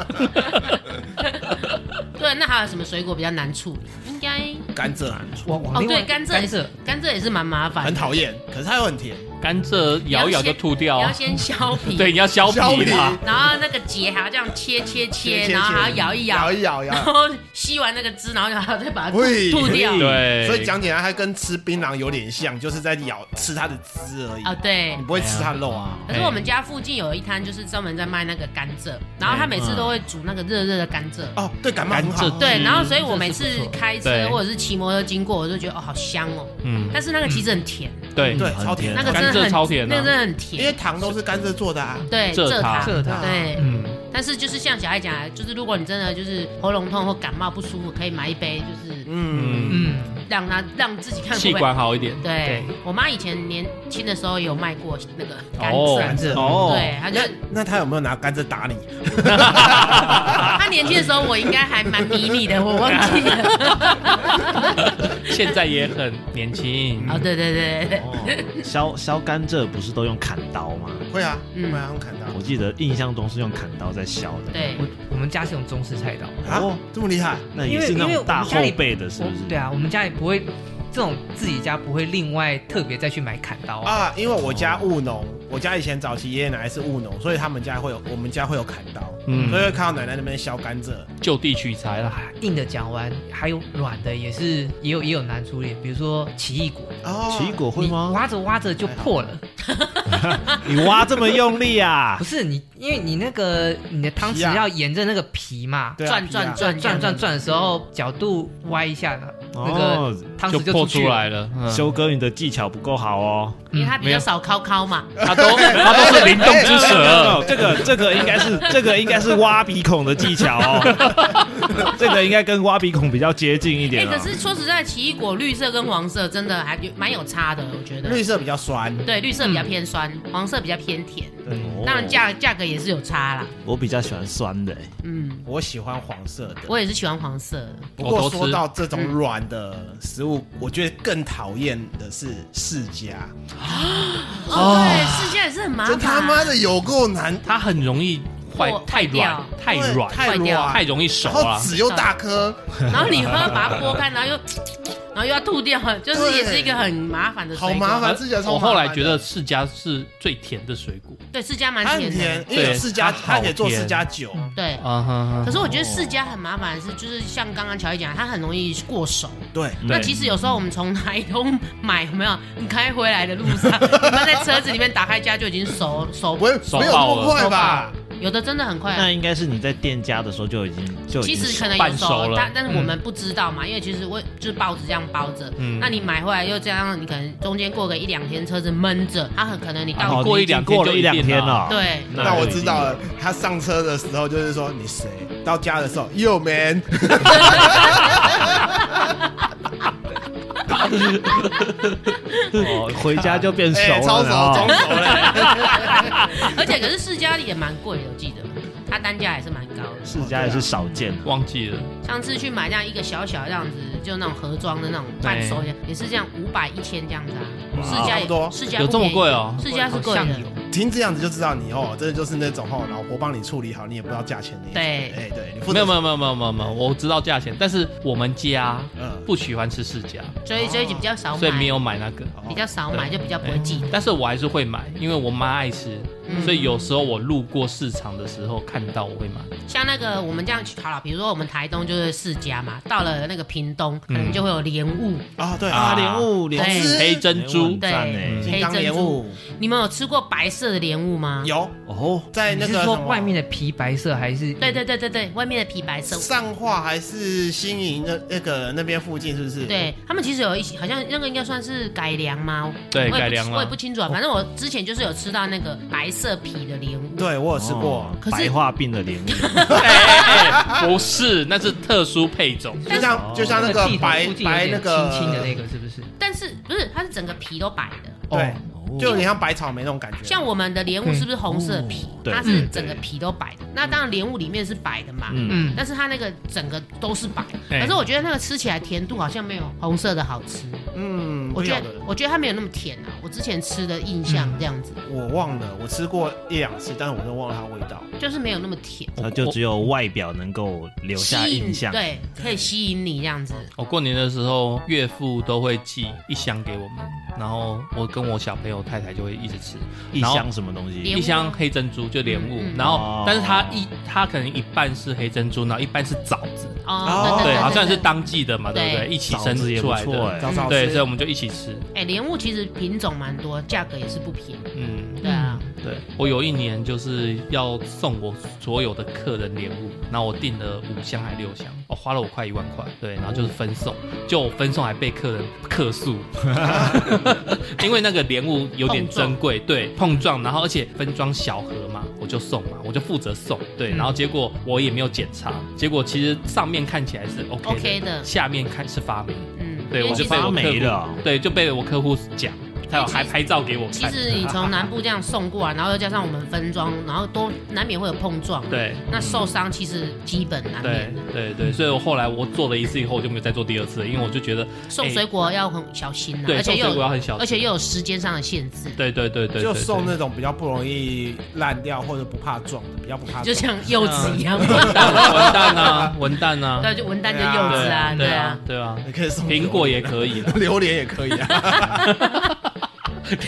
对，那还有什么水果比较难处理？应该甘蔗我我哦，另外对，甘蔗甘也是蔗，甘蔗也是蛮麻烦很的，讨厌，可是它又很甜。甘蔗咬一咬就吐掉你啊要，先削皮，对，你要削皮啊嘛。 然后那个节还要这样切切切，切然后还要摇一咬摇，一咬，咬然一咬。后吸完那个汁，然后还要再把它吐喂吐掉。对，所以讲简单，它跟吃槟榔有点像，就是在咬吃它的汁而已。啊，对你。不会吃它的肉啊？可是我们家附近有一摊，就是专门在卖那个甘哎蔗，然后他每次都会煮那个热热的甘蔗。哦，对，感冒很好甘蔗。对，嗯然后所以我这每是次不错开车对或者是骑摩托车经过，我就觉得哦，好香哦。嗯，但是那个其实很甜，对，对，很超甜甜。那个真的甘很蔗超甜啊那个真的很因为甜。糖都是甘蔗做的啊。对，蔗蔗糖蔗糖对。嗯，但是就是像小孩讲的，就是如果你真的就是喉咙痛或感冒不舒服，可以买一杯，就是嗯，嗯，让他让自己看会气不会管好一点。对对，我妈以前年轻的时候有卖过那个甘哦蔗，蔗哦，对，她就那那他有没有拿甘蔗打你？她年轻的时候我应该还蛮迷你的，我忘记 了。现在也很年轻。哦，对对对对，哦削削甘蔗不是都用砍刀吗？会啊，嗯会啊，用砍刀我记得印象中是用砍刀在削的。哦对我我们家是用中式菜刀，啊，这么厉害？那也是那因为因为我们种大家后里背的，是我不是？对啊，我们家也不会这种自己家不会另外特别再去买砍刀啊。啊，因为我家务农，我家以前早期爷爷奶奶是务农，所以他们家会有，我们家会有砍刀，嗯所以会看到奶奶那边削甘蔗。就地取材啦。啊硬的讲完，还有软的也是也有也有难处理，比如说奇异果，哦奇异果会你吗？挖着挖着就破了，你挖这么用力啊不？是你，因为你那个你的汤匙皮啊要沿着那个皮嘛，对啊转皮啊转转转嗯转转，转的时候角度歪一下的，那个哦，汤就匙破出去出来了。了，嗯修哥，你的技巧不够好哦。因为她比较少敲敲嘛，它都它都是灵动之蛇，这个这个应该是这个应该是挖鼻孔的技巧哦，这个应该跟挖鼻孔比较接近一哎，点哦可。是说实在，奇异果绿色跟黄色真的还有蛮有差的，我觉得绿。色比较酸，对，绿色比较偏酸，黄色比较偏甜，哦当然价价格也是有差啦。我比较喜欢酸的，哎嗯，我喜欢黄色的。我也是喜欢黄色的。不我过哦都吃说到这种软的食物，我觉得更讨厌的是释迦，哦，对，世界也是很麻这烦，啊他妈的有够难，它很容易坏破，太软坏掉，太软，太坏掉太软，容易熟啊然了后。籽又大颗，然后你又要把它剥开，然后又， 然后又要吐掉，就是也是一个很麻烦的水好果。麻而烦。释迦超我麻烦的后来觉得释迦是最甜的水果。对，释迦蛮它很甜的。嗯甜，因为有对释迦，它好它可以做甜释迦酒。对，啊哈可是我哦觉得释迦很麻烦的是，就是像刚刚乔伊讲，它很容易过手。对，那对其实有时候我们从台东买，有没有？你开回来的路上，你们在车子里面打开家就已经熟熟不，会手没有那爆么了快吧？有的真的很快。啊那应该是你在店家的时候就已经就其已经实可能有半熟熟，了但但嗯是我们不知道嘛，因为其实我就是包子这样包着，嗯那你买回来又这样，你可能中间过个一两天，车子闷着，它很可能你到、哦过你一已经两天过了就一两一定天了了。对那我就已知经道了，他上车的时候就是说你谁，到家的时候 ，Yo man，哦，回家就变熟哎、了，超熟，哦超熟了，而且可是世家里也蛮贵的，我记得它单价也是蛮高的。世家也是少见啊。忘记了，上次去买这样一个小小这样子，就那种盒装的那种伴手礼，也是这样五百一千这样子啊。世家差不多也世家有不这么便宜贵哦世家是贵好的像有。听这样子就知道你哦，真的就是那种哦，老婆帮你处理好，你也不知道价钱的。对哎对，你负责没有没有没有没有没有没有，我知道价钱，但是我们家嗯，不喜欢吃世家，所以所以就比较少买，哦所以没有买那个。比较少买，对就比较不会记得。哎但是我还是会买，因为我妈爱吃，嗯所以有时候我路过市场的时候看到我会 买。像那个我们这样去好了，比如说我们台东就是世家嘛，到了那个屏东，嗯可能就会有莲雾。啊对啊啊，莲雾莲对丝黑珍珠对赞欸金刚莲雾你们有吃过白色的莲雾吗？。有哦，在你那是个说什么外面的皮白色还是？对对对对对，外面的皮白色。上化还是新营那那个那边附近是不是？对他们其实有一些，好像那个应该算是改良吗？对我也不改良了我也不清楚啊。反正我之前就是有吃到那个白色皮的莲雾，对，我有吃过，哦可是白化病的莲雾，哎哎哎不是，那是特殊配种。就像就像那个剃头白附近有白那点个青青的那个是不是？但是不是它是整个皮都白的，对，哦就有点像百草莓那种感觉。像我们的莲雾是不是红色皮？对它是整个皮都白的。那当然莲雾里面是白的嘛，嗯嗯，但是它那个整个都是白。哎可是我觉得那个吃起来甜度好像没有红色的好吃。嗯，我不觉晓得得我觉得它没有那么甜啊。我之前吃的印象这样子，我忘了，我吃过一两次，但是我都忘了它味道。就是没有那么甜，它就只有外表能够留下吸印引象。对，可以吸引你这样子。我过年的时候，岳父都会寄一箱给我们，然后我跟我小朋友太太就会一直吃一箱什么东莲西？雾一箱黑珍珠，就莲雾嗯嗯。然后哦，但是它一它可能一半是黑珍珠，然后一半是枣子，哦哦，对，对，好像对是当季的嘛，对不对？对一起生枣子也出不来错的，哎早早对，吃所以我们就一起吃。哎，莲雾其实品种蛮多，价格也是不便宜。嗯，对啊，对，我有一年就是要送我所有的客人礼物，然后我订了五箱还六箱，哦，花了我快一万块，对，然后就是分送，就我分送还被客人 客诉，因为那个莲雾有点珍贵，对，碰撞，然后而且分装小盒嘛，我就送嘛，我就负责送，对，然后结果我也没有检查，结果其实上面看起来是 OK 的 OK 的下面看是发霉，嗯，对因为我就其被实我发客霉户了哦，对，就被我客户讲，他有还拍照给我其看，实你从南部这样送过来，然后又加上我们分装，然后都难免会有碰撞。，对。那受伤其实基本难对免。对对，所以我后来我做了一次以后，我就没有再做第二次了，因为我就觉得，送水果要很小心啊，对，嗯而且送水又果要有很小心，而且又有时间上的限制。对对对对，就对送对那种比较不容易烂掉或者不怕撞的，比较不怕撞。就像柚子一样，嗯 文蛋啊，文蛋啊，对，就文旦就柚子啊，对对啊，，对啊，你可以送 苹果也可 以啦，榴莲也可以啊。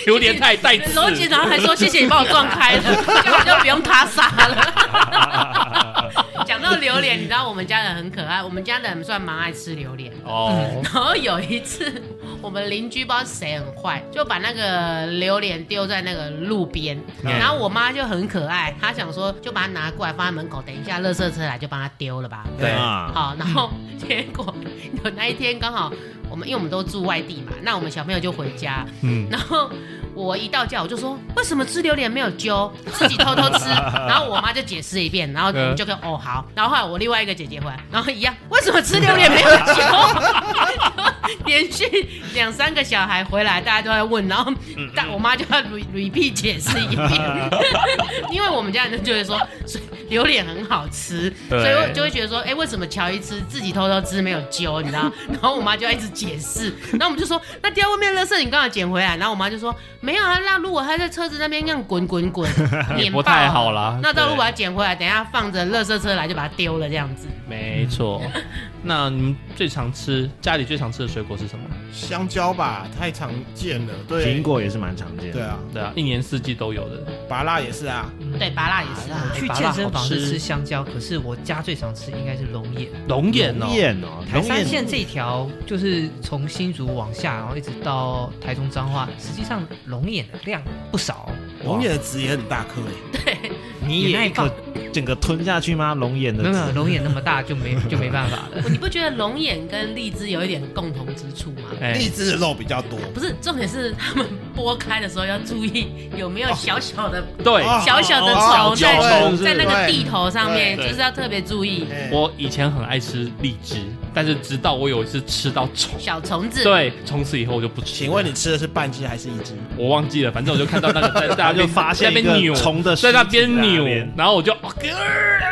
榴莲太带刺罗姐，然后还说谢谢你帮我撞开了， 这样我就不用他杀了。讲到榴莲，你知道我们家人很可爱，我们家人算蛮爱吃榴莲。哦，然后有一次，我们邻居不知道谁很坏，就把那个榴莲丢在那个路边，嗯然后我妈就很可爱，她想说就把它拿过来放在门口，等一下垃圾车来就帮它丢了吧。对啊，好，然后结果有那一天刚好我们因为我们都住外地嘛，那我们小朋友就回家，嗯，然后我一到家我就说，为什么吃榴莲没有揪，自己偷偷吃？然后我妈就解释一遍，然后我们就跟哦好。然后后来我另外一个姐姐回来，然后一样，为什么吃榴莲没有揪？ 连续两三个小孩回来，大家都在问，然后但我妈就要 re repeat 解释一遍，因为我们家人就会说，所以榴莲很好吃，对所以我就会觉得说，哎、为什么乔伊吃自己偷偷吃没有揪，你知道？ 然后我妈就要一直解释，然后我们就说，那掉外面的垃圾你刚好捡回来，然后我妈就说没有啊，那如果它在车子那边那样滚滚 滚，也碾不爆啊太好啦，那到对如果要捡回来，等一下放着垃圾车来就把它丢了这样子。没错。那你们最常吃家里最常吃的水果是什么？香蕉吧，太常见了。对，苹。果也是蛮常见对的。啊，对啊，一年四季都有的。芭辣也是啊。对，拔蜡也是啊。嗯去健身房是吃香蕉，可是我家最常吃应该是龙眼。龙眼哦，燕哦，台龙山眼线这一条就是从新竹往下，然后一直到台中彰化，实际上龙眼的量不少哦、龙眼的籽也很大颗欸诶，你也一口整个吞下去吗？龙眼的没有没有籽龙眼 那么大就没就没办法了。你不觉得龙眼跟荔枝有一点共同之处吗？哎荔枝的肉比较多。不是，重点是他们剥开的时候要注意有没有小小的、对，哦小小的哦虫在、小虫在那个对地头上面，对就是要特别注意。哎我以前很爱吃荔枝，但是直到我有一次吃到虫，小虫子，，对，从此以后我就不吃。请问你，吃的是半只还是一只？我忘记了，反正我就看到 那个在在那就边发现在那边扭一个虫的尸体在那边扭在那边，然后我就，哦呃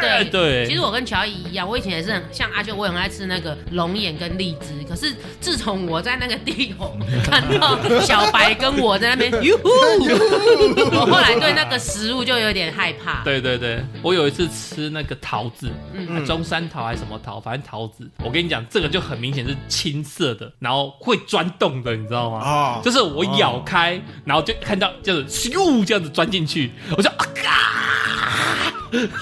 对对，其实我跟乔伊一样，我以前也是很像阿秀，我也很爱吃那个龙眼跟荔枝。可是自从我在那个地头看到小白跟我在那 边，哟呼，我后来对那个食物就有点害 怕。对对对，我有一次吃那个桃子，嗯中山桃还是什么桃，反正桃子，我跟你讲，这个就很明显是青色的，然后会钻洞的，你知道吗？哦就是我咬开，然后就看到就是咻这样子钻进去，我就啊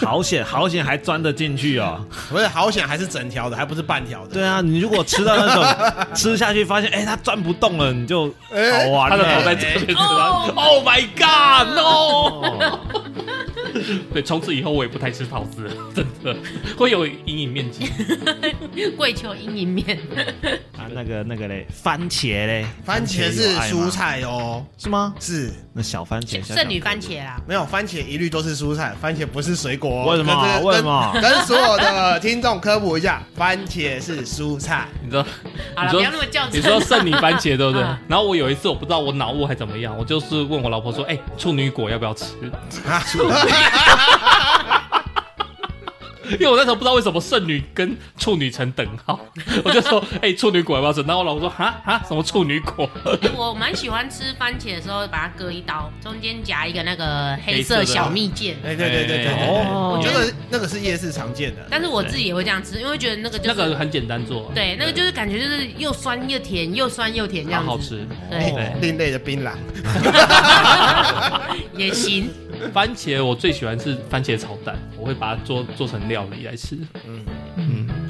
好险好险还钻得进去哦。不是，好险还是整条的，还不是半条的。对啊，你如果吃到那种 吃下去发现，哎、它转不动了，你就好玩、他了。的头在这边，哎然后 Oh my 哦 God，No！对，从此以后我也不太吃桃子了，真的会有阴影面积。跪求阴影面，啊，那个那个嘞，番茄嘞，番茄有是爱吗蔬菜哦，是吗？是那小番茄，小小剩女番茄啦。没有番茄一律都是蔬菜，番茄不是水果哦。为什么啊跟这个为什么跟跟所有的听众科普一下，番茄是蔬菜。你知道？好你了，说不要那么较真。你说剩你番茄对不对啊？然后我有一次我不知道我脑雾还怎么样，我就是问我老婆说：“哎、处女果要不要吃？”因为我那时候不知道为什么剩女跟处女成等号，我就说：“哎、处女果要不要吃？”然后我老婆说：“哈哈，什么处女果哎我蛮喜欢吃番茄的时候，把它割一刀，中间夹一个那个黑色黑色的小蜜饯。哎，对对对对对哎对，哦我觉得那个是夜市常见的。但是我自己也会这样吃，因为觉得那个？”就那是个很简单做，对，那个就是感觉就是又酸又甜，又酸又甜这样蛮子。好吃。对，对另类的槟榔，也行。番茄我最喜欢是番茄炒蛋，我会把它做做成料理来吃。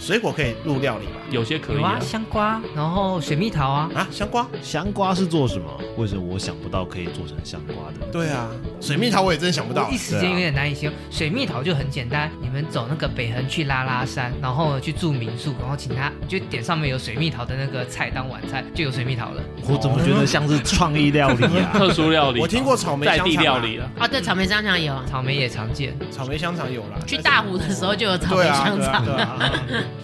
水果可以入料理吧？有些可以有啊，啊，香瓜，然后水蜜桃啊，啊，香瓜？香瓜是做什么？为什么我想不到可以做成香瓜的？对啊，水蜜桃我也真想不到我一。时间有点难以形容。水蜜桃就很简单，你们走那个北横去拉拉山，然后去住民宿，然后请他就点上面有水蜜桃的那个菜当晚餐，就有水蜜桃了。我怎么觉得像是创意料理啊？特殊料理吧。我听过草莓在香地肠料啊，理了。哦，对，草莓香肠有，草莓也常见，草莓香肠有啦。去但大是湖的时候就有草莓对啊香对啊肠。对啊，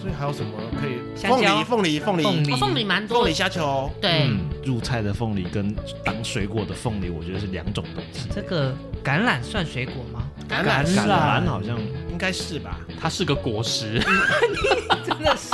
所以还有什么可以？香凤蕉梨凤梨凤凤梨梨哦，凤梨蛮啊凤多梨的。虾球，对，嗯，入菜的凤梨跟当水果的凤梨，我觉得是两种东西。这个橄榄算水果吗？ 橄橄榄榄好像应该是吧？它是个果实，真的是，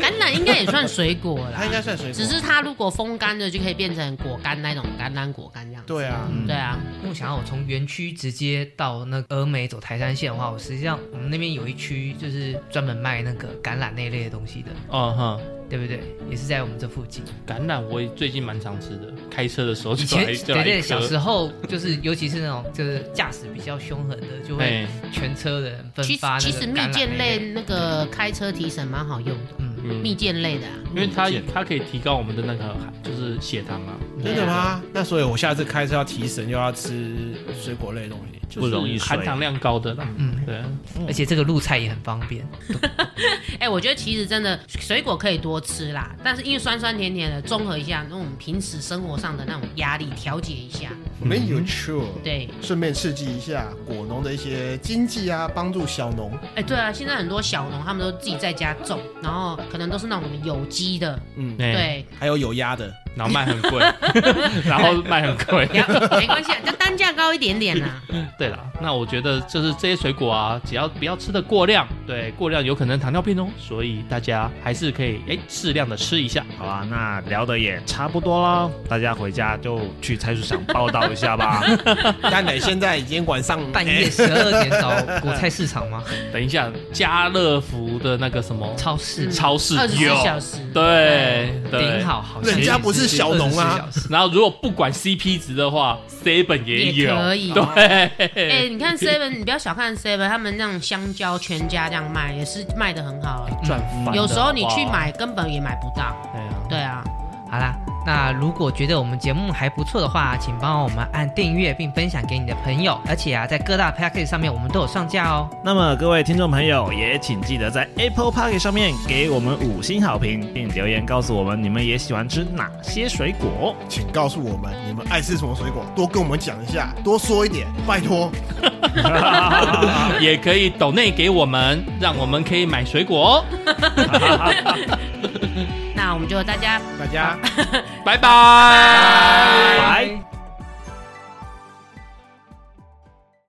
橄榄应该也算水果啦它，应该算水果。只是它如果风干的就可以变成果干那种橄榄果干这样。对啊，对啊，因为我想要我从园区直接到那个峨眉走台山线的话，我实际上我们那边有一区就是专门卖那个橄榄那一类的东西的，嗯哼，对不对？也是在我们这附近。橄榄我也最近蛮常吃的，开车的时候以就前来就对来一对，颗小时候就是，尤其是那种就是驾驶比较凶狠的，就会哎，全车的人分其实发那其个实橄蜜榄饯类类，那个开车提神蛮好用的，嗯，嗯，蜜饯类的啊。因为它蜜饯它可以提高我们的那个就是血糖啊，真的吗？那所以我下次开车要提神，又要吃水果类的东西。就是不容易含睡糖量高的啦。嗯对，而且这个入菜也很方便，哎、我觉得其实真的水果可以多吃啦，但是因为酸酸甜甜的，综合一下，那我们平时生活上的那种压力调节一下。没有错，对，顺便刺激一下果农的一些经济啊，帮助小农。哎、对啊，现在很多小农他们都自己在家种，然后可能都是那种有机的，嗯，哎，对，还有有鸭的，然后卖很贵，然后卖很贵。也没关系，啊，就单价高一点啊点 啦。对啦，那我觉得就是这些水果啊，只要不要吃的过量，对，过量有可能糖尿病哦，所以大家还是可以哎适量的吃一下。好啊，那聊的也差不多了，大家回家就去菜市场报道一下 吧。但你现在已经 晚上哎半夜十二点找果菜市场吗？等一下，家乐福的那个什么超市嗯超市二十四有，小时，对对顶。好好，哎人家不是小农啊24小时，然后如果不管 CP 值的话，seven 也也有，可以对，哎、你看 Seven，你不要小看 Seven，他们那种香蕉全家这样卖，也是卖的很好、啊赚翻了有时候你去，好买根本也买不到，不好对对啊，啊，好啦，那如果觉得我们节目还不错的话，请帮我们按订阅并分享给你的朋友，而且啊，在各大 p a c k a g e 上面我们都有上架哦。那么各位听众朋友，也请记得在 Apple Park 上面给我们五星好评，并留言告诉我们你们也喜欢吃哪些水果。请告诉我们你们爱吃什么水果，多跟我们讲一下，多说一点，拜托。也可以抖内给我们，让我们可以买水果哦。那我们就大家大家。拜拜。拜。